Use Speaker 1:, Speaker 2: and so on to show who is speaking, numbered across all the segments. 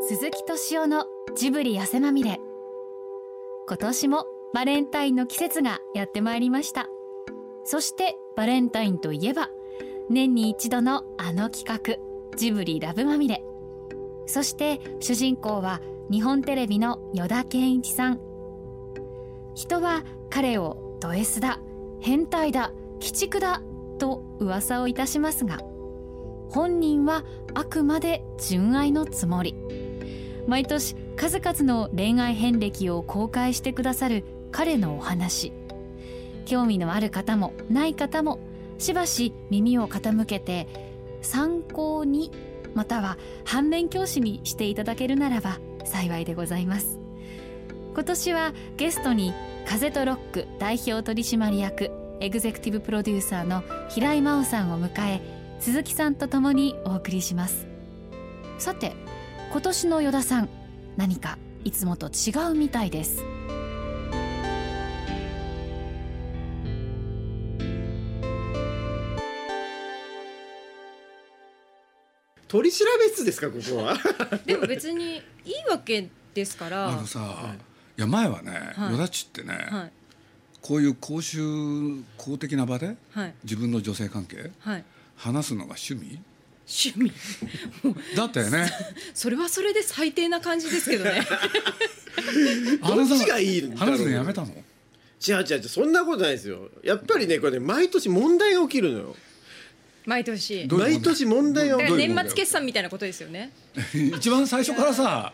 Speaker 1: 鈴木敏夫のジブリ汗まみれ今年もバレンタインの季節がやってまいりましたそしてバレンタインといえば年に一度のあの企画ジブリラブまみれそして主人公は日本テレビの依田健一さん人は彼をド S だ変態だ鬼畜だと噂をいたしますが本人はあくまで純愛のつもり毎年数々の恋愛遍歴を公開してくださる彼のお話興味のある方もない方もしばし耳を傾けて参考にまたは反面教師にしていただけるならば幸いでございます今年はゲストに風とロック代表取締役エグゼクティブプロデューサーの平井真央さんを迎え鈴木さんと共にお送りしますさて今年の依田さん何かいつもと違うみたいです
Speaker 2: 取り調べ室ですかここは
Speaker 3: でも別にいいわけですから
Speaker 4: あのさ、い、や前はね
Speaker 3: はい
Speaker 4: 与田ちってね、
Speaker 3: はい
Speaker 4: こういう公衆公的な場で
Speaker 3: はい
Speaker 4: 自分の女性関係
Speaker 3: はい
Speaker 4: 話すのが 趣味
Speaker 3: 趣味
Speaker 4: だったよね
Speaker 3: それはそれで最低な感じですけど ね
Speaker 4: あれさ
Speaker 2: どっちがいいんだろう
Speaker 4: 話すのやめたの
Speaker 2: 違う違う違うそんなことないですよやっぱりねこれね毎年問題が起きるのよ
Speaker 3: 毎年
Speaker 4: どうい
Speaker 2: 毎
Speaker 4: う問題
Speaker 2: 年問題が
Speaker 3: だ
Speaker 2: 起
Speaker 3: か
Speaker 2: きる
Speaker 3: ら
Speaker 4: どういう
Speaker 3: 年
Speaker 4: 問題
Speaker 3: 末決算みたいなことですよね、
Speaker 4: 一番最初からさ、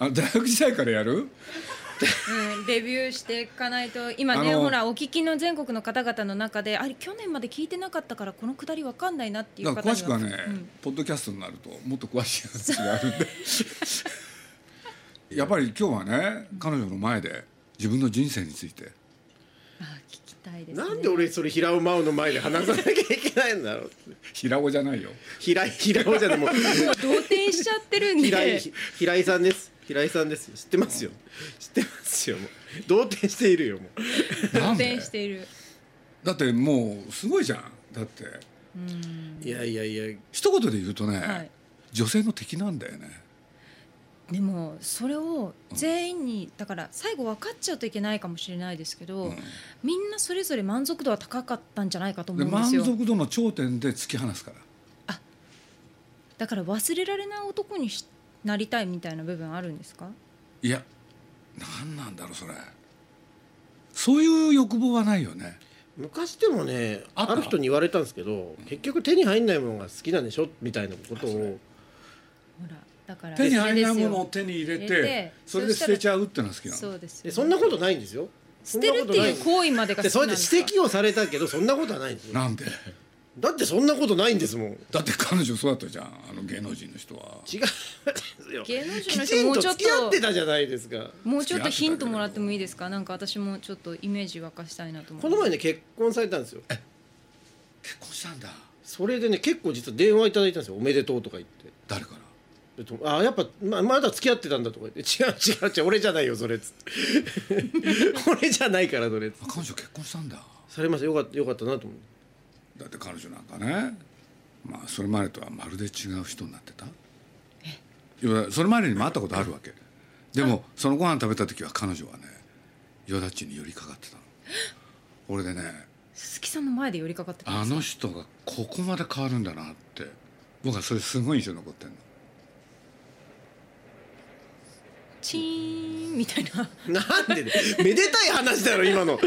Speaker 4: あ大学時代からやる
Speaker 3: うん、レビューしていかないと今ね
Speaker 4: あの
Speaker 3: ほらお聞きの全国の方々の中であれ去年まで聞いてなかったからこのくだりわかんないなってい
Speaker 4: だ
Speaker 3: う
Speaker 4: か
Speaker 3: 方
Speaker 4: ら詳しくはね、
Speaker 3: うん
Speaker 4: ポッドキャストになるともっと詳しい話があるん でやっぱり今日はね彼女の前で自分の人生について
Speaker 3: あ聞きたいです、ね、
Speaker 2: なんで俺それ平尾真央の前で話さなきゃいけないんだろう って
Speaker 4: 平尾じゃないよ
Speaker 2: 平井平尾じゃ ないもう
Speaker 3: もう同点しちゃってるんで
Speaker 2: 平井平井さんです平井さんです知ってますよ知ってますよもう同転しているよもう
Speaker 4: な
Speaker 3: 同
Speaker 4: んで
Speaker 3: 点している
Speaker 4: だってもうすごいじゃんだって
Speaker 2: いやいやいや
Speaker 4: 一言で言うとね、
Speaker 3: はい
Speaker 4: 女性の敵なんだよね
Speaker 3: でもそれを全員にだから最後分かっちゃうといけないかもしれないですけど、
Speaker 4: うん
Speaker 3: みんなそれぞれ満足度は高かったんじゃないかと思
Speaker 4: で
Speaker 3: うんで
Speaker 4: 満
Speaker 3: すよ
Speaker 4: 足度の頂点で突き放すから
Speaker 3: だから忘れられない男にしなりたいみたいな部分あるんですか
Speaker 4: いや何なんだろうそれそういう欲望はないよね
Speaker 2: 昔でもね
Speaker 4: あった
Speaker 2: ある人に言われたんですけど結局手に入んないものが好きなんでしょみたいなことを
Speaker 3: ほらだから
Speaker 4: 手に入らないものを
Speaker 3: の
Speaker 4: 手に入れて
Speaker 3: 入れて
Speaker 4: それで捨てちゃうっていうのは好きなの
Speaker 3: そうですよ
Speaker 2: でそんなことないんですよ
Speaker 3: 捨てるっていう
Speaker 2: 為
Speaker 3: 行為までが好
Speaker 2: で
Speaker 3: き
Speaker 2: そ
Speaker 3: な
Speaker 2: うんや
Speaker 3: で
Speaker 2: って
Speaker 3: すか
Speaker 2: 指摘をされたけどそんなことはないんですよ
Speaker 4: なんで
Speaker 2: だってそんなことないんですもん違う
Speaker 4: だって彼女そうだったじゃんあの芸能人の人は
Speaker 2: ですよ
Speaker 3: 芸能
Speaker 2: き
Speaker 3: 人の
Speaker 2: ち
Speaker 3: 人
Speaker 2: ん
Speaker 3: も
Speaker 2: と
Speaker 3: うちょっ
Speaker 2: 付き合って
Speaker 3: と
Speaker 2: たじゃないですか
Speaker 3: もうちょっとヒントもらってもいいですかなんか私もちょっとイメージ沸かしたいなと思
Speaker 2: この前ね結婚されたんですよ
Speaker 4: 結婚したんだ
Speaker 2: それでね結構実は電話いただいたんですよ「おめでとう」とか言って
Speaker 4: 誰か
Speaker 2: で
Speaker 4: ら
Speaker 2: とあやっぱままだ付き合ってたんだとか言って「違う違う違う俺じゃないよそれ」っつって「 俺じゃないからそれ」っつって
Speaker 4: あ彼女結婚したんだ
Speaker 2: されましたよかったよかったなと思って
Speaker 4: だって彼女なんかねまあそれまでとはまるで違う人になってたいやそれまでにも会ったことあるわけでもそのご飯食べた時は彼女はね与田っちに寄りかかってたの俺でね
Speaker 3: 鈴木さんの前で寄りかかってたん
Speaker 4: あ
Speaker 3: ですか
Speaker 4: の人がここまで変わるんだなって僕はそれすごい印象に残ってんの
Speaker 3: チーンみたいな
Speaker 2: なんで、ね、めでたい話だろ今のなんで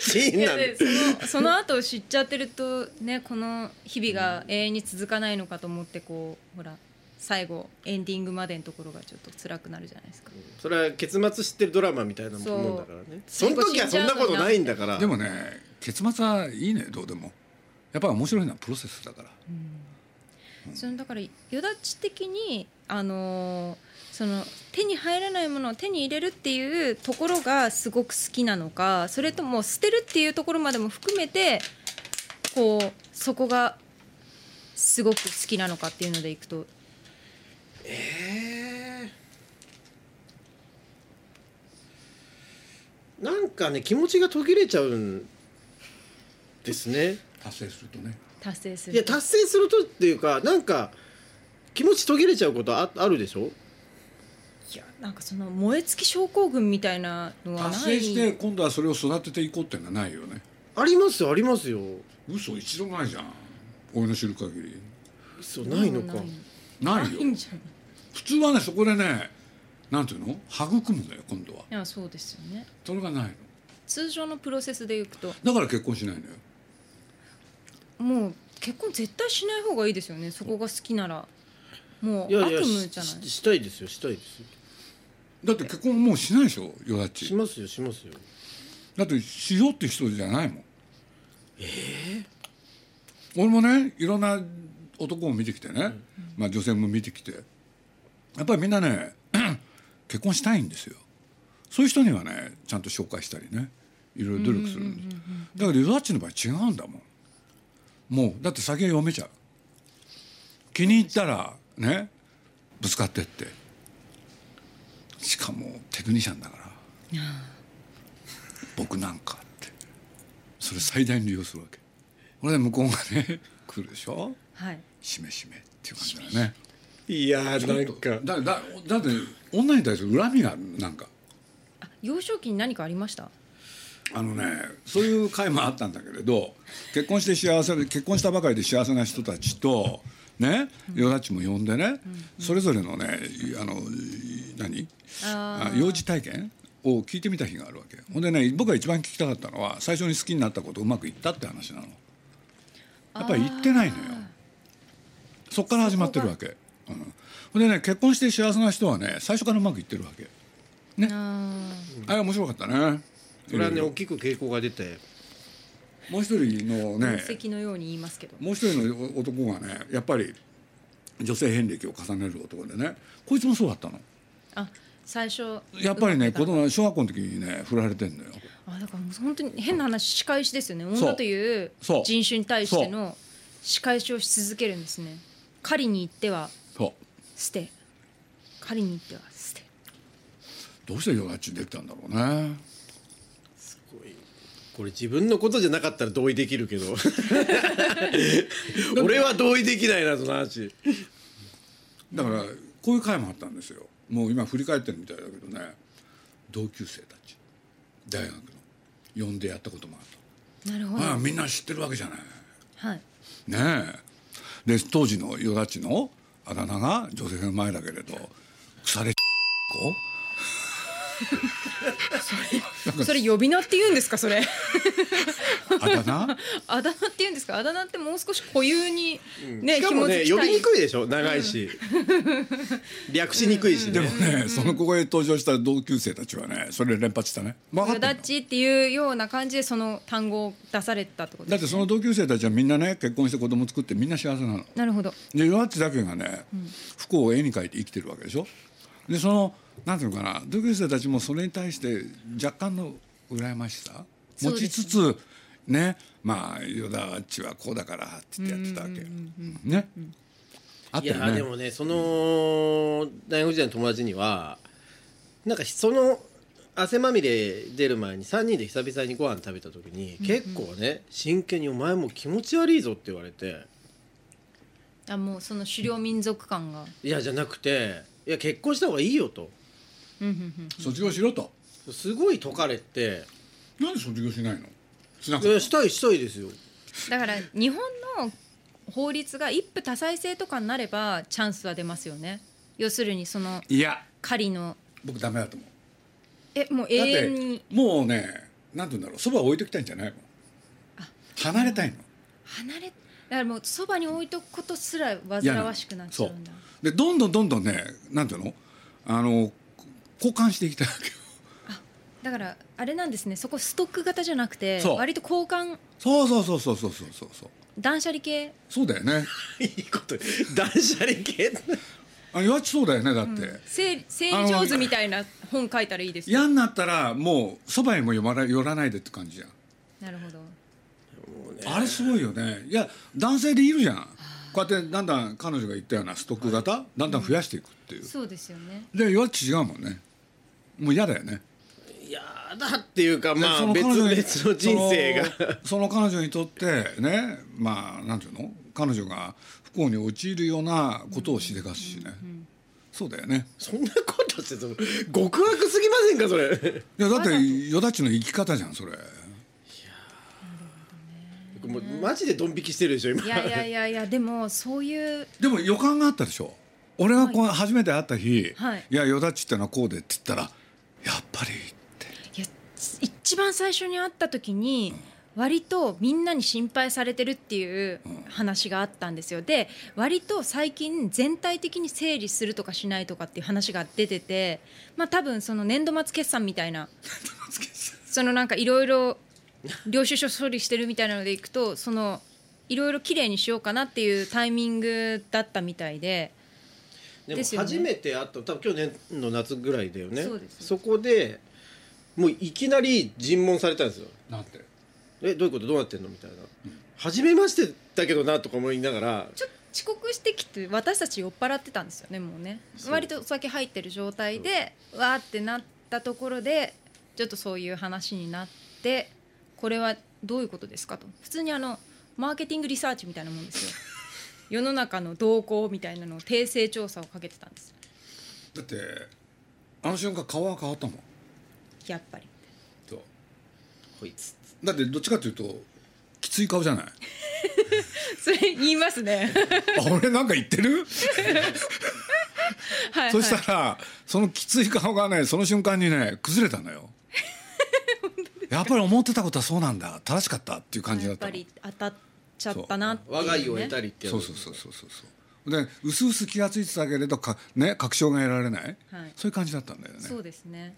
Speaker 2: チー
Speaker 3: い
Speaker 2: ン
Speaker 3: や
Speaker 2: なん
Speaker 3: で
Speaker 2: で
Speaker 3: その その後を知っちゃってるとねこの日々が永遠に続かないのかと思ってこうほら最後エンディングまでのところがちょっと辛くなるじゃないですか
Speaker 2: それは結末知ってるドラマみたいなも
Speaker 3: そうん
Speaker 2: だからねその時はそんなことないんだから
Speaker 4: でもね結末はいいねどうでもやっぱり面白いのはプロセスだから
Speaker 3: そのだからよだち的にあのーその手に入らないものを手に入れるっていうところがすごく好きなのかそれとも捨てるっていうところまでも含めてこうそこがすごく好きなのかっていうのでいくと
Speaker 2: えーなんかね気持ちが途切れちゃうんですね
Speaker 4: 達成するとね
Speaker 3: 達成する
Speaker 2: いや達成するとっていうかなんか気持ち途切れちゃうことああるでしょ
Speaker 3: いやなんかその燃え尽き症候群みたいなのはない
Speaker 4: 達成して今度はそれを育てていこうってのはないよね
Speaker 2: ありますよありますよ
Speaker 4: 嘘一度もないじゃん俺の知る限り
Speaker 2: 嘘ないのか
Speaker 4: な
Speaker 3: ない
Speaker 4: い
Speaker 3: ないん
Speaker 4: よ
Speaker 3: じゃない
Speaker 4: 普通はねそこでねなんていうの育むんだよ今度はい
Speaker 3: やそうですよね
Speaker 4: それがないの
Speaker 3: 通常のプロセスでいくと
Speaker 4: だから結婚しないのよ
Speaker 3: もう結婚絶対しない方がいいですよねそこが好きならも
Speaker 2: いうや
Speaker 3: 悪
Speaker 2: いや
Speaker 3: 夢
Speaker 2: し
Speaker 3: じゃない
Speaker 2: ししたいですよしたいですよ
Speaker 4: だって結婚もうしないでしょよだ
Speaker 2: し
Speaker 4: ち
Speaker 2: ますよしますよ
Speaker 4: だってしようって人じゃないもんええ俺もねいろんな男を見てきてね、まあ、女性も見てきてやっぱりみんなね 結婚したいんですよそういう人にはねちゃんと紹介したりねいろいろ努力するんです、だけどよだちの場合違うんだもんもうだって先は読めちゃう気に入ったらねぶつかってってしかもテクニシャンだから僕なんかってそれ最大に利用するわけこれで向こうがね来るでしょ
Speaker 3: はい
Speaker 4: しめしめっていう感じだよね
Speaker 2: いやーなんか
Speaker 4: だだだって女に対する恨みがあるなんか
Speaker 3: あ幼少期に何かありました
Speaker 4: あのねそういう会もあったんだけれど結婚して幸せで結婚したばかりで幸せな人たちとね与田ちも呼んでね、それぞれのねあの何
Speaker 3: あー
Speaker 4: 幼児体験を聞いてみた日があるわけほんでね僕が一番聞きたかったのは最初に好きになったことうまくいったって話なのやっぱり言ってないのよそっから始まってるわけうんほんでね結婚して幸せな人はね最初からうまくいってるわけ
Speaker 3: あ
Speaker 4: あれ面白かったね
Speaker 2: これはね
Speaker 4: いろい
Speaker 2: 大きく傾向が出て
Speaker 4: ろもう一人の
Speaker 3: ー
Speaker 4: ね
Speaker 3: 宝石のように言いますけど
Speaker 4: もう一人の男がねやっぱり女性遍歴を重ねる男でねこいつもそうだったの
Speaker 3: あ最初
Speaker 4: やっぱりね
Speaker 3: 生ま
Speaker 4: 子
Speaker 3: れた
Speaker 4: 供小学校の時にね振られてんのよ
Speaker 3: あだからもう本当に変な話仕返しですよね
Speaker 4: う
Speaker 3: 女という
Speaker 4: そう
Speaker 3: 人種に対しての仕返しをし続けるんですね狩りに行っては
Speaker 4: そう
Speaker 3: 捨て狩りに行っては捨て
Speaker 4: どうしてヨガッチできたんだろうね
Speaker 2: すごいこれ自分のことじゃなかったら同意できる けど 俺は同意できないなその話
Speaker 4: だからこういう会もあったんですよもう今振り返ってるみたいだけどね同級生たち大学の呼んでやったこともあ
Speaker 3: なるほ
Speaker 4: る
Speaker 3: ど
Speaker 4: ああみんな知ってるわけじゃない
Speaker 3: はい
Speaker 4: ねえで当時のヨダチのあだ名が女性の前だけれど腐れ子
Speaker 3: それ呼び名って言うんですかそれ
Speaker 4: あだ名
Speaker 3: あだ名って言うんですかあだ名ってもう少し固有にね、
Speaker 2: しかもね
Speaker 3: 紐
Speaker 2: 呼
Speaker 3: づき
Speaker 2: び
Speaker 3: たい
Speaker 2: にくいでしょ長いし 略しにくいし
Speaker 4: でも
Speaker 2: ね
Speaker 4: ねそのここへ登場した同級生たちはねそれ連発したね分か
Speaker 3: ヨ
Speaker 4: って
Speaker 3: ダッ
Speaker 4: んの
Speaker 3: チっていうような感じでその単語を出されたってこと
Speaker 4: だ
Speaker 3: で
Speaker 4: っ
Speaker 3: す
Speaker 4: てその同級生たちはみんなね結婚して子供作ってみんな幸せなの
Speaker 3: なるほど
Speaker 4: でヨダッチだけがね不幸を絵に描いて生きてるわけでしょでそのなんていうのかな同級生たちもそれに対して若干の羨ましさ持ちつつねまあヨダッチはこうだからって言ってやってたわけよねあっ
Speaker 2: い
Speaker 4: たよ
Speaker 2: や
Speaker 4: ね
Speaker 2: でもねその大学時代の友達にはなんかその汗まみれ出る前に3人で久々にご飯食べた時に結構ね真剣に「お前もう気持ち悪いぞ」って言われて
Speaker 3: あもうその狩猟民族感が
Speaker 2: 「いやじゃなくていや結婚した方がいいよ」と
Speaker 3: うんうんうん
Speaker 4: 卒業しろと
Speaker 2: すごい解かれて
Speaker 4: なんで卒業しないのしな
Speaker 2: 「
Speaker 4: か
Speaker 2: い
Speaker 4: っ
Speaker 2: やしたいしたいですよ」
Speaker 3: だから日本の法律が一夫多妻制とかになればチャンスは出ますよね要するにその
Speaker 4: たいや
Speaker 3: 狩りの
Speaker 4: 僕ダメだと思う
Speaker 3: えもう永
Speaker 4: だって
Speaker 3: 遠に
Speaker 4: もうねなんて言うんだろうそば置いときたいんじゃないの離れたいの
Speaker 3: 離れだからもうそばに置いとくことすら煩わしくなっちゃうんだ
Speaker 4: でどんどんどんどんねなんていうのあの交換していきたいわけよ
Speaker 3: だからあれなんですねそこストック型じゃなくて
Speaker 4: そう
Speaker 3: 割と交換
Speaker 4: そうそうそうそうそうそうそうそう
Speaker 3: 断捨離系
Speaker 4: そうだよね
Speaker 2: いいこと断捨離系
Speaker 4: あいわちそうだよねだって、
Speaker 3: 整理整理上手みたいな本書いたらいいですよ
Speaker 4: 嫌になったらもうそばにも寄ら寄らないでって感じじゃん、
Speaker 3: なるほど
Speaker 4: あれすごいよねいや男性でいるじゃんこうやってだんだん彼女が言ったようなストック型、だんだん増やしていくっていう、
Speaker 3: そうですよね
Speaker 4: でいわち違うもんねもう嫌だよね
Speaker 2: いやだっていうかま
Speaker 4: そ
Speaker 2: あ
Speaker 4: の
Speaker 2: 別
Speaker 4: 彼女に
Speaker 2: 々の人生が
Speaker 4: その その彼女にとってねまあなんていうの彼女が不幸に陥るようなことをしでかすしね、そうだよね
Speaker 2: そんなことしてその極悪すぎませんかそれ
Speaker 4: いやだってよだちの生き方じゃんそれ
Speaker 2: もうマジでドン引き してるでしょ今
Speaker 3: いやいやいやいやでもそういう
Speaker 4: でも予感があったでしょ俺がこう初めて会った日「
Speaker 3: はい
Speaker 4: いやよだちってのはこうで」って言ったら「やっぱり」って
Speaker 3: いや一番最初に会った時に割とみんなに心配されてるっていう話があったんですよで割と最近全体的に整理するとかしないとかっていう話が出ててまあ多分その年度末決算みたいなそのなんかいろいろ領収書処理してるみたいなのでいくとそのいろいろきれいにしようかなっていうタイミングだったみたいで
Speaker 2: でも
Speaker 3: ですよね
Speaker 2: 初めて会った多分去年の夏ぐらいだよね
Speaker 3: そうです
Speaker 2: こでもういきなり尋問されたんですよ
Speaker 4: なんて
Speaker 2: 「えどういうことどうなってんの?」みたいな「初めましてだけどな」とか思いながら
Speaker 3: ちょっと遅刻してきて私たち酔っ払ってたんですよねもうね
Speaker 2: そう
Speaker 3: 割とお酒入ってる状態でわーってなったところでちょっとそういう話になってこれはどういうことですかと普通にあのマーケティングリサーチみたいなもんですよ世の中の動向みたいなのを訂正調査をかけてたんです
Speaker 4: だってあの瞬間顔は変わったもん
Speaker 3: やっぱり
Speaker 4: そう
Speaker 2: こいつ
Speaker 4: だってどっちかというときつい顔じゃない
Speaker 3: それ言いますね
Speaker 4: あ俺なんか言ってる
Speaker 3: はい、
Speaker 4: そ
Speaker 3: はい、
Speaker 4: したらそのきつい顔がねその瞬間にね崩れた のよやっぱり思ってたことはそうなんだ正しかったっていう感じ
Speaker 3: や
Speaker 4: だ
Speaker 3: っ
Speaker 4: った
Speaker 3: ぱ
Speaker 4: の
Speaker 3: り当たっちゃったなっていうね、
Speaker 2: 我が家を得たりってやつ
Speaker 4: そうそうそうそうそうそうで薄々気が付いてたけれどか、ね、確証が得られない、
Speaker 3: はい
Speaker 4: そういう感じだったんだよね
Speaker 3: そうですね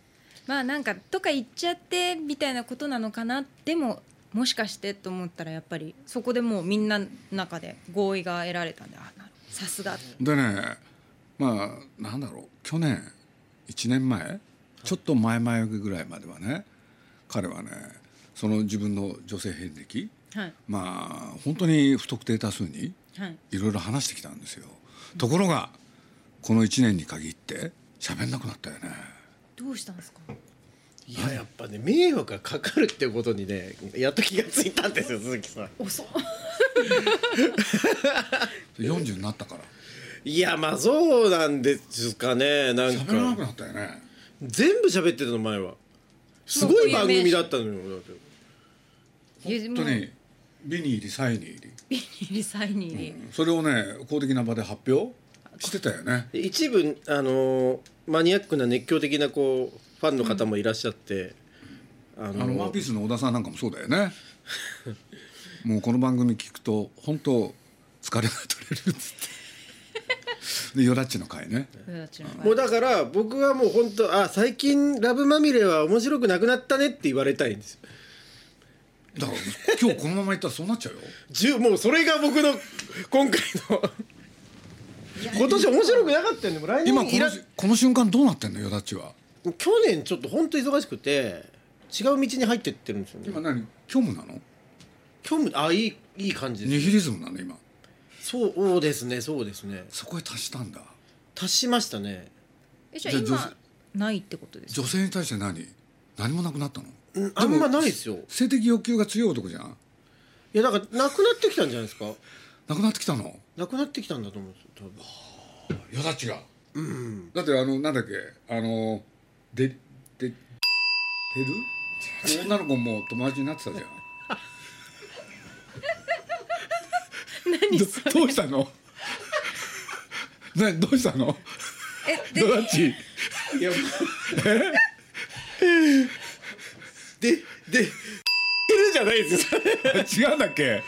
Speaker 3: まあなんかとか言っちゃってみたいなことなのかなでももしかしてと思ったらやっぱりそこでもうみんなの中で合意が得られたんであなるさすが
Speaker 4: でねまあなんだろう去年1年前ちょっと前々ぐらいまではね彼はねその自分の女性遍歴
Speaker 3: はい
Speaker 4: まあ本当に不特定多数に
Speaker 3: はい
Speaker 4: いろいろ話してきたんですよところがこの1年に限って喋んなくなったよね
Speaker 3: どうしたんですか
Speaker 2: いややっぱね迷惑がかかるっていうことにねやっと気がついたんですよ鈴木さん
Speaker 3: 遅っ
Speaker 4: 40になったから
Speaker 2: いやまあそうなんですかねなん
Speaker 4: 喋らなく
Speaker 2: か
Speaker 4: なったよね
Speaker 2: 全部喋ってたの前はすごい番組だったのよだって
Speaker 4: 本当にビニ入りサイに入り
Speaker 3: ビニサイに入り
Speaker 4: それをね公的な場で発表してたよね
Speaker 2: で一部あのーマニアックな熱狂的なこうファンの方もいらっしゃって、あ
Speaker 4: あ
Speaker 2: の
Speaker 4: のワンピースの小田さんなんかもそうだよねもうこの番組聞くと本当疲れが取れるっつってでヨダッチの回ね
Speaker 3: 俺たちの場合
Speaker 2: もうだから僕はもう本当あ最近ラブまみれは面白くなくなったねって言われたいんですよ
Speaker 4: だから今日このままいったらそうなっちゃうよ
Speaker 2: じゅもうそれが僕の今回の今年面白くなかったんでもう来
Speaker 4: 今こ
Speaker 2: 年いら
Speaker 4: のこの瞬間どうなってんのヨダッチは
Speaker 2: 去年ちょっと本当忙しくて違う道に入ってってるんですよね
Speaker 4: 今何虚無なの
Speaker 2: 今日もあいいいい感じ
Speaker 4: ニ
Speaker 2: です
Speaker 4: ヒリズムなの今
Speaker 2: そうですねそうですね
Speaker 4: そこへ達したんだ
Speaker 2: 達しましたね
Speaker 3: えじゃあ
Speaker 4: じゃあ女性
Speaker 3: 今ないってことです
Speaker 4: 女
Speaker 3: か
Speaker 4: 性に対して何何もなくなったの
Speaker 2: うんあんまないですよ
Speaker 4: 性的欲求が強い男じゃん
Speaker 2: いやだからなくなってきたんじゃないですか
Speaker 4: なくなってきたの
Speaker 2: なくなってきたんだと思うんですよ多分
Speaker 4: ヨダッチがだってあのなんだっけあのでで減る女の子も友達になってたじゃん
Speaker 3: 何それ
Speaker 4: どうしたのねどうしたの
Speaker 3: えで
Speaker 4: ヨダッチ
Speaker 2: いやもうででいるじゃないですよ
Speaker 4: 違うんだっけ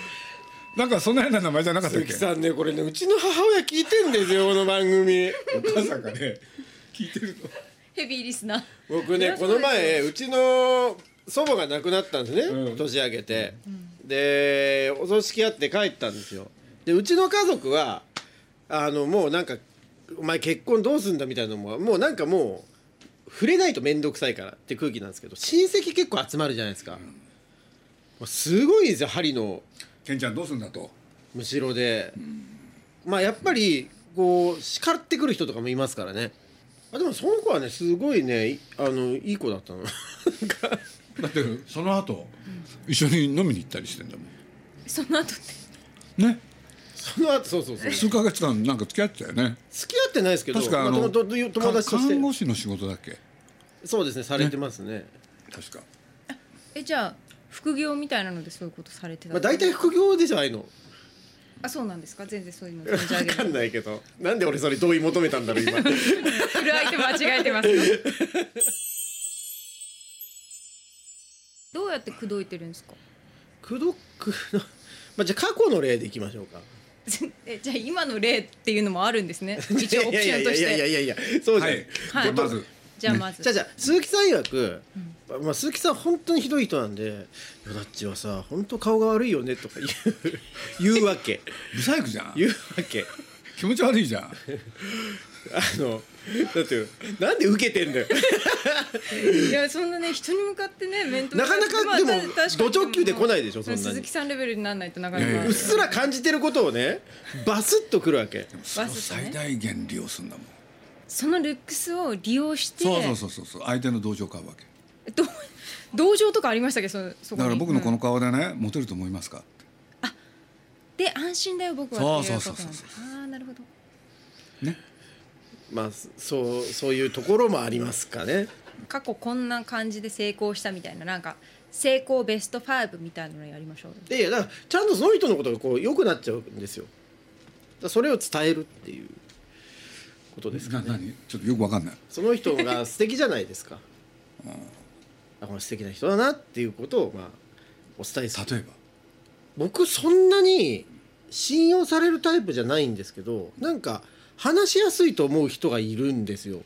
Speaker 4: なんかそんな変な名前じゃなかったっ
Speaker 2: 鈴木
Speaker 4: け
Speaker 2: さんねこれねうちの母親聞いてんですよこの番組
Speaker 4: お母さんがね聞いてる
Speaker 3: ヘビーリスナー
Speaker 2: 僕
Speaker 3: い
Speaker 2: ね
Speaker 3: やそ
Speaker 2: こ
Speaker 3: うです
Speaker 2: の前うちの祖母が亡くなったんですね、
Speaker 4: うん
Speaker 2: 年明けて、でお葬式やって帰ったんですよでうちの家族はあのもうなんか「お前結婚どうすんだ」みたいなのももうなんかもう触れないと面倒くさいからって空気なんですけど親戚結構集まるじゃないですか、もうすごいですよ針の
Speaker 4: ケンちゃんどうすんだと
Speaker 2: むしろで、まあやっぱりこう叱ってくる人とかもいますからねあでもその子はねすごいねいあのいい子だったのなんか
Speaker 4: だってその後一緒に飲みに行ったりしてんだも
Speaker 3: その後って
Speaker 4: んね
Speaker 2: その後そうそうそう
Speaker 4: 数ヶ月間なんか付き合ってたよね
Speaker 2: 付き合ってないですけど
Speaker 4: 確かあ
Speaker 2: まあ
Speaker 4: の
Speaker 2: 友友友達とし
Speaker 4: 看護
Speaker 2: て
Speaker 4: 師の仕事だっけ
Speaker 2: そうですねされてますね
Speaker 4: 確か
Speaker 3: えじゃあ副業みたいなのでそういうことされてた
Speaker 2: まあ大体副業でしょああいうの
Speaker 3: あそうなんですか全然そういうの存じ上
Speaker 2: 分
Speaker 3: げ
Speaker 2: か
Speaker 3: ない
Speaker 2: んないけどなんで俺それ同意求めたんだろう今
Speaker 3: 振る相手間違えてますよどうやって口説いてるんですか
Speaker 2: くどくのまあじゃあ過去の例でいきましょうか
Speaker 3: えじゃあ今の例っていうのもあるんですね一応オプションとし
Speaker 2: いやいや
Speaker 3: て
Speaker 2: いやいやいやそうじゃな
Speaker 4: は
Speaker 2: いい、
Speaker 3: はい
Speaker 4: じゃ
Speaker 3: じゃあ
Speaker 4: あまず
Speaker 3: まず
Speaker 2: じゃあじゃあ鈴木さん曰く、まあ、鈴木さん本当にひどい人なんで「よだっちはさ本当顔が悪いよね」とか言う言うわけ
Speaker 4: ブサイクじゃん
Speaker 2: 言うわけ
Speaker 4: 気持ち悪いじゃん
Speaker 2: あのだってなんで受けてんだよ
Speaker 3: いやそんなね人に向かってね面と向かって
Speaker 2: なかなかでも
Speaker 3: た確かに
Speaker 2: ド直球で来ないでしょそんなに
Speaker 3: 鈴木さんレベルにならないとなかなか
Speaker 4: いやいや
Speaker 2: うっすら感じてることをねバスッとくるわけ
Speaker 4: それを
Speaker 3: バスとね
Speaker 4: 最大限利用するんだもん
Speaker 3: そのルックスを利用して
Speaker 4: そうそうそうそうそう相手の同情を買うわけ
Speaker 3: ど同情とかありましたっけどそそこに
Speaker 4: だから僕のこ
Speaker 3: う
Speaker 4: の
Speaker 3: ん
Speaker 4: 顔でねモテると思いますか
Speaker 3: で安心だよ僕はってい
Speaker 4: そうそう
Speaker 3: こと
Speaker 4: そ
Speaker 3: な
Speaker 4: うんそう
Speaker 3: だああーなるほど
Speaker 4: ね
Speaker 2: まあそうそういうところもありますかね
Speaker 3: 過去こんな感じで成功したみたいななんか成功ベスト5みたいなのやりましょうよ
Speaker 2: いやいやだからちゃんとその人のことがこう良くなっちゃうんですよだからそれを伝えるっていうことですか
Speaker 4: な
Speaker 2: ね
Speaker 4: 何ちょっとよくわかんない
Speaker 2: その人が素敵じゃないですか、あこの素敵な人だなっていうことをまあお伝えする
Speaker 4: 例えば
Speaker 2: 僕そんなに信用されるタイプじゃないんですけどなんか話しやすいと思う人がいるんですよ、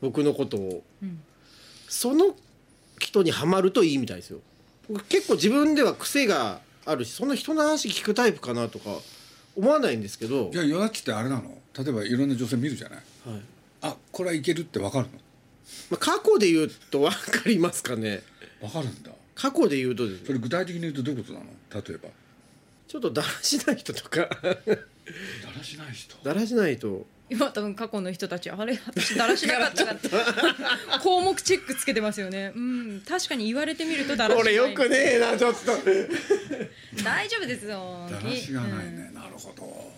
Speaker 2: 僕のことを、
Speaker 3: うん
Speaker 2: その人にはまるといいみたいですよ僕結構自分では癖があるしそんな人の話聞くタイプかなとか思わないんですけど、
Speaker 4: じゃあヨダッチってあれなの例えばいろんな女性見るじゃない
Speaker 2: はいま
Speaker 4: あこれはいけるってわかる
Speaker 2: あ、過去で言うと分かりますかね
Speaker 4: のわかるんだ
Speaker 2: 過去で言うとですね
Speaker 4: それ具体的に言うとどういうことなの例えば
Speaker 2: ちょっとだらしない人とか
Speaker 4: だらしない人
Speaker 2: だらしないと
Speaker 3: 今多分過去の人たちあれ私だらしなかったな って項目チェックつけてますよねうん確かに言われてみるとだらしない
Speaker 2: これよくねえなちょっと
Speaker 3: 大丈夫ですよ
Speaker 4: だらしがない
Speaker 3: うん
Speaker 4: ね、なるほど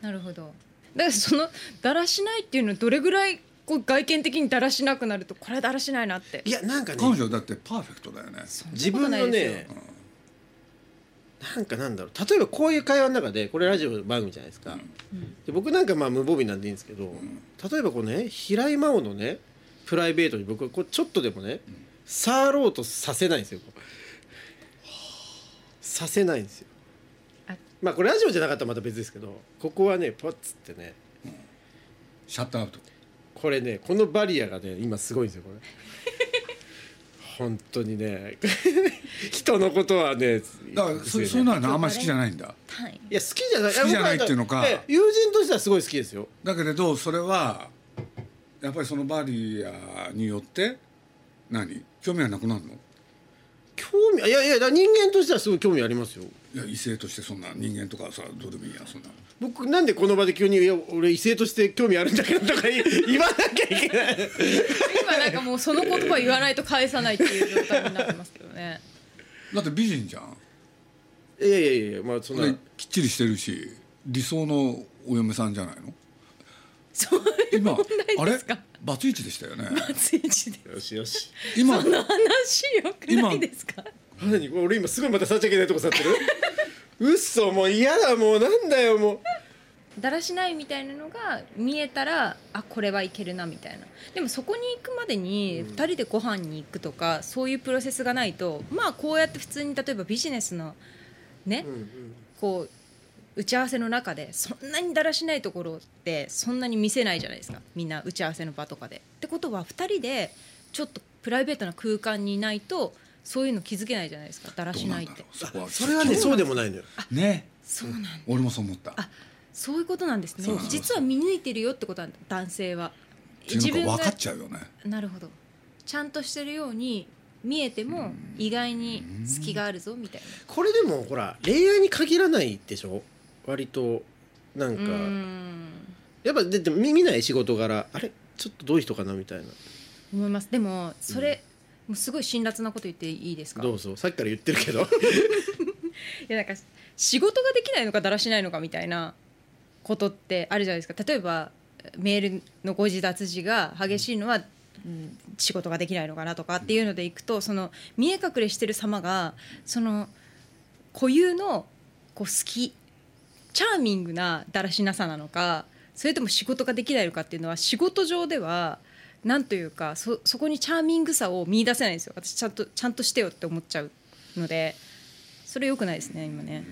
Speaker 3: なるほどだからそのだらしないっていうのはどれぐらいこう外見的にだらしなくなるとこれはだらしないなって
Speaker 2: いやなんかね
Speaker 4: 彼女だってパーフェクトだよね
Speaker 2: 自分のねなんかなんだろう例えばこういう会話の中でこれラジオ番組じゃないですか、で僕なんかまあ無防備なんでいいんですけど、例えばこうね平井真央のねプライベートに僕はこうちょっとでもね、触ろうとさせないんですよこうさせないんですよ
Speaker 3: あ
Speaker 2: まあこれラジオじゃなかったらまた別ですけどここはねパッつってね
Speaker 4: シャットアウト
Speaker 2: これねこのバリアがね今すごいんですよこ れ本当にね 人のことはね
Speaker 4: だからそ
Speaker 2: ね
Speaker 4: そういうのはねあんまり好きじゃないんだ
Speaker 3: 単位
Speaker 2: いや好きじゃない
Speaker 4: 好きじゃないっていうのか
Speaker 2: や僕はええ友人としてはすごい好きですよ
Speaker 4: だけれどそれはやっぱりそのバリアによって何興味がなくなるの
Speaker 2: 興味いやいやだから人間としてはすごい興味ありますよ
Speaker 4: いや異性としてそんな人間とかさどうでもいいやそんな
Speaker 2: 僕なんでこの場で急に「いや俺異性として興味あるんだけど」とか 言い言わなきゃいけない
Speaker 3: 今なんかもうその言葉言わないと返さないっていう状態になってますけどね
Speaker 4: だって美人じゃん
Speaker 2: いやいやいやまあそんな
Speaker 4: できっちりしてるし理想のお嫁さんじゃないの
Speaker 3: そういう
Speaker 4: 今
Speaker 3: 問
Speaker 4: あ
Speaker 3: 題で
Speaker 4: れ
Speaker 3: すか
Speaker 4: バツイチでしたよね
Speaker 3: ついちで
Speaker 2: よしよし
Speaker 4: 今
Speaker 3: その話よくないですか
Speaker 2: 何俺今すごいまた触っちゃいけないとこ触ってる嘘もう嫌だもうなんだよもう
Speaker 3: だらしないみたいなのが見えたらあこれはいけるなみたいなでもそこに行くまでに2人でご飯に行くとかそういうプロセスがないとまあこうやって普通に例えばビジネスのね、こう打ち合わせの中でそんなにだらしないところってそんなに見せないじゃないですかみんな打ち合わせの場とかで。ってことは2人でちょっとプライベートな空間にいないとそういうの気づけないじゃないですかだら
Speaker 4: ど
Speaker 3: し
Speaker 4: うな
Speaker 3: なんいっ
Speaker 4: だろ
Speaker 3: て。
Speaker 4: うそこは
Speaker 2: それはねそうでもないのよ
Speaker 4: ね
Speaker 3: そうなんだ
Speaker 4: 俺もそう思った
Speaker 3: あそういうことなんですね
Speaker 4: そうそうそう
Speaker 3: 実は見抜いてるよってことは男性は
Speaker 4: っていうのが分かっちゃうよね
Speaker 3: なるほどちゃんとしてるように見えても意外に隙があるぞみたい
Speaker 2: これでもほら恋愛に限らないでしょ割となん
Speaker 3: な
Speaker 2: か
Speaker 3: うーん
Speaker 2: やっぱだって見見ない仕事柄あれちょっとどういう人かなみたいな
Speaker 3: 思いますでもそれ、もうすごい辛辣なこと言っていいです か
Speaker 2: どうぞさっきから言ってるけど
Speaker 3: やなんか仕事ができないのかだらしないのかみたいなことってあるじゃないですか例えばメールの誤字脱字が激しいのは、うん仕事ができないのかなとかっていうのでいくとその見え隠れしてる様がその固有のこう好きチャーミングなだらしなさなのかそれとも仕事ができないのかっていうのは仕事上ではなんというかそそこにチャーミングさを見出せないんですよ私ちゃんとちゃんとしてよって思っちゃうのでそれ良くないですね今ね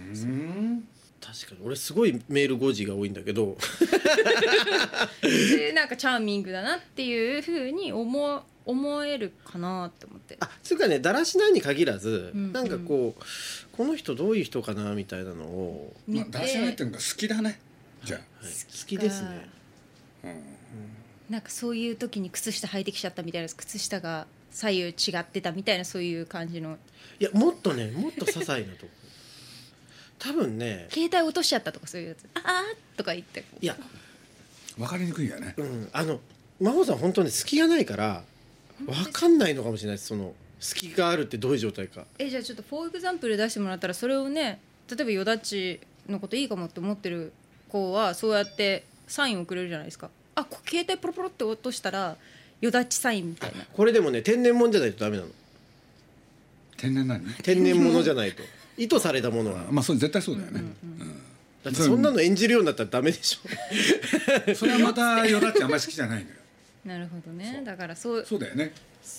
Speaker 2: 確かに俺すごいメール誤字が多いんだけど
Speaker 3: でなんかチャーミングだなっていうふうに思う思えるかなって思って
Speaker 2: あつうかねだらしないに限らず、
Speaker 3: うん
Speaker 2: なんかこうこの人どういう人かなみたいなのを、
Speaker 3: 見
Speaker 4: まあ、
Speaker 3: て
Speaker 4: だらしないっていうのが好きだねじゃ
Speaker 2: はい好きですね
Speaker 4: あ、うん
Speaker 3: なんかそういう時に靴下履いてきちゃったみたいな靴下が左右違ってたみたいなそういう感じの
Speaker 2: いやもっとねもっと些細なとこ 多分ね
Speaker 3: 携帯落としちゃったとかそういうやつああとか言って
Speaker 2: いや
Speaker 4: 分かりにくいよね
Speaker 2: うんあの真帆さん本当に隙がないから分かんないのかもしれないですその隙があるってどういう状態か
Speaker 3: えじゃあちょっとフォーエグザンプル出してもらったらそれをね例えばよだちのこといいかもって思ってる子はそうやってサインをくれるじゃないですかあこ携帯ポロポロって落としたらよだちサインみたいな
Speaker 2: これでもね天然物じゃないとダメなの
Speaker 4: 天然何
Speaker 2: 天然物じゃないと意図されたものは
Speaker 4: まあそれ絶対そうだよね、
Speaker 2: だってそんなの演じるようになったらダメでしょ
Speaker 4: それはまたよだってあんまり好きじゃない のよ
Speaker 3: なるほどねだからそう
Speaker 4: そうだよね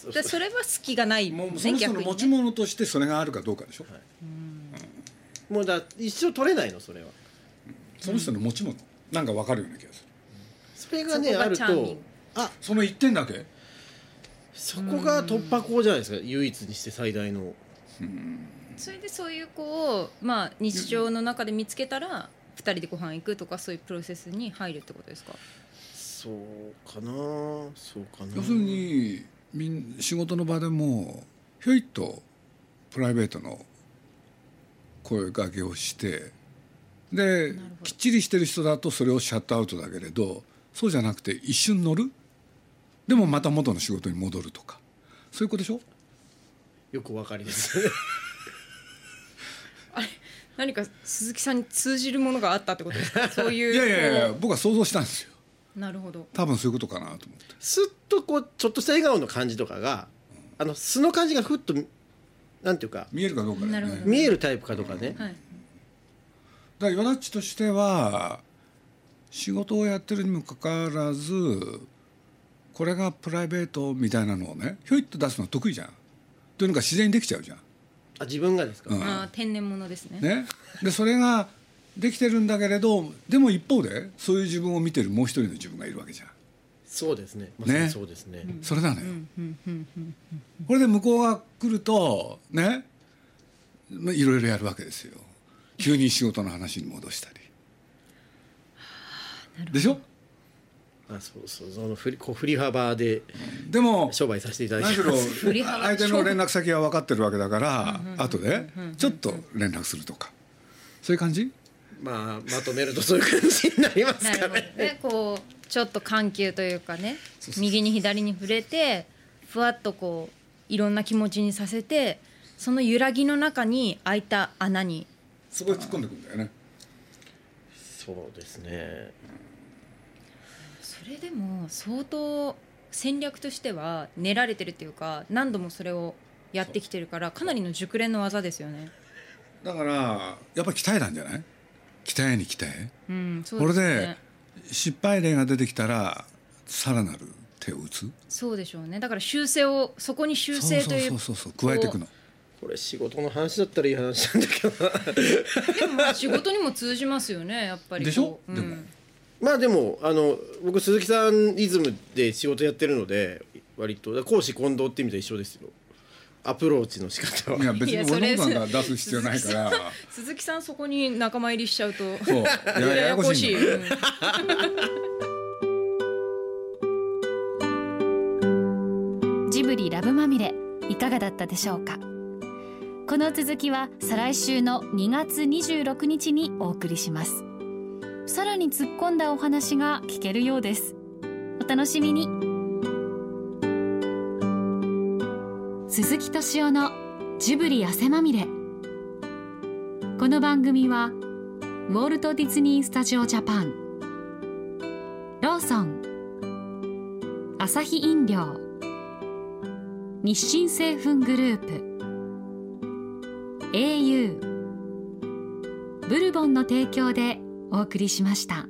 Speaker 3: だからそれは隙がない
Speaker 4: も
Speaker 3: ね
Speaker 4: うその人の
Speaker 3: 逆にね
Speaker 4: 持ち物としてそれがあるかどうかでしょ、
Speaker 2: もうだ一生取れないのそれは
Speaker 4: その人の持ち物なんか分かるような気がする
Speaker 2: それがね
Speaker 3: そこが
Speaker 2: ある
Speaker 3: チャーミ
Speaker 2: と
Speaker 3: ング
Speaker 2: あ
Speaker 4: その一点だけ
Speaker 2: そこが突破口じゃないですか唯一にして最大の
Speaker 3: それでそういう子を、まあ、日常の中で見つけたら2人でご飯行くとかそういうプロセスに入るってことですか
Speaker 2: そうかなそうかな
Speaker 4: 要するにみん仕事の場でもひょいっとプライベートの声掛けをしてで
Speaker 3: ほど
Speaker 4: きっちりしてる人だとそれをシャットアウトだけれどそうじゃなくて一瞬乗るでもまた元の仕事に戻るとかそういうことでしょ
Speaker 2: よくお分かりです
Speaker 3: 何か鈴木さんに通じるものがあったってことです かそういう
Speaker 4: い
Speaker 3: い
Speaker 4: やいやいや僕は想像したんですよ
Speaker 3: なるほど
Speaker 4: 多分そういうことかなと思って
Speaker 2: すっとこうちょっとした笑顔の感じとかがあの素の感じがふっとなんていうか
Speaker 4: 見えるかどうかだ
Speaker 3: な
Speaker 4: よ
Speaker 3: る
Speaker 4: ね
Speaker 3: ほど
Speaker 2: 見えるタイプかとかね、
Speaker 3: はい
Speaker 4: だからヨダッチとしては仕事をやってるにもかかわらずこれがプライベートみたいなのをねひょいっと出すのは得意じゃん。というのが自然にできちゃうじゃん。
Speaker 2: あ自分がですか、
Speaker 4: うん
Speaker 3: あー天然物ですね
Speaker 4: ね、でそれができてるんだけれどでも一方でそういう自分を見てるもう一人の自分がいるわけじゃん。
Speaker 2: そうですねまさに
Speaker 4: ね
Speaker 2: そうですね
Speaker 4: それなのよ。
Speaker 3: うんうんうんうん
Speaker 4: これで向こうが来るとねまあいろいろやるわけですよ急に仕事の話に戻したりでしょ
Speaker 2: あそうそうその振りこう振り幅で
Speaker 4: でも
Speaker 2: 商売させていただい
Speaker 4: 何
Speaker 2: て
Speaker 4: しろ
Speaker 2: ます
Speaker 3: 幅
Speaker 4: 相手の連絡先は分かってるわけだから後でちょっと連絡するとかそういう感じ
Speaker 2: まあまとめるとそういう感じになります
Speaker 3: なる
Speaker 2: か
Speaker 3: ほど
Speaker 2: ね
Speaker 3: ねこうちょっと緩急というかね右に左に触れてふわっとこういろんな気持ちにさせてその揺らぎの中に開いた穴に
Speaker 4: そこに突っ込んでくんだよね
Speaker 2: そうですね
Speaker 3: それでも相当戦略としては練られてるっていうか何度もそれをやってきてるからかなりの熟練の技ですよね。
Speaker 4: だからやっぱり鍛えたんじゃない鍛えに鍛え
Speaker 3: うん、そうで
Speaker 4: これ
Speaker 3: す
Speaker 4: で
Speaker 3: ね。
Speaker 4: 失敗例が出てきたらさらなる手を打つ
Speaker 3: そうでしょうね。だから修正をそこに修
Speaker 4: そう
Speaker 3: 正
Speaker 4: そ
Speaker 3: と
Speaker 4: う
Speaker 3: いう
Speaker 4: そうそうそう加えていくの
Speaker 2: これ仕事の話だったらいい話なんだけどな
Speaker 3: でもまあ仕事にも通じますよね。やっぱりこう
Speaker 4: でしょ
Speaker 3: うん
Speaker 4: でも
Speaker 2: まあでもあの僕鈴木さんイズムで仕事やってるので割とだから公私混同って意味で一緒ですよアプローチの仕方はい
Speaker 4: や別
Speaker 3: いや
Speaker 4: に
Speaker 3: それ
Speaker 4: 俺のことなんか出す必要ないから
Speaker 3: 鈴木さんそこに仲間入りしちゃうと
Speaker 4: そうやややこしいの
Speaker 3: ややこしいうん
Speaker 1: ジブリラブまみれいかがだったでしょうかこの続きは再来週の2月26日にお送りしますさらに突っ込んだお話が聞けるようですお楽しみに鈴木敏夫のジブリ汗まみれこの番組はウォルト・ディズニー・スタジオ・ジャパンローソンアサヒ飲料日清製粉グループ au ブルボンの提供でお送りしました。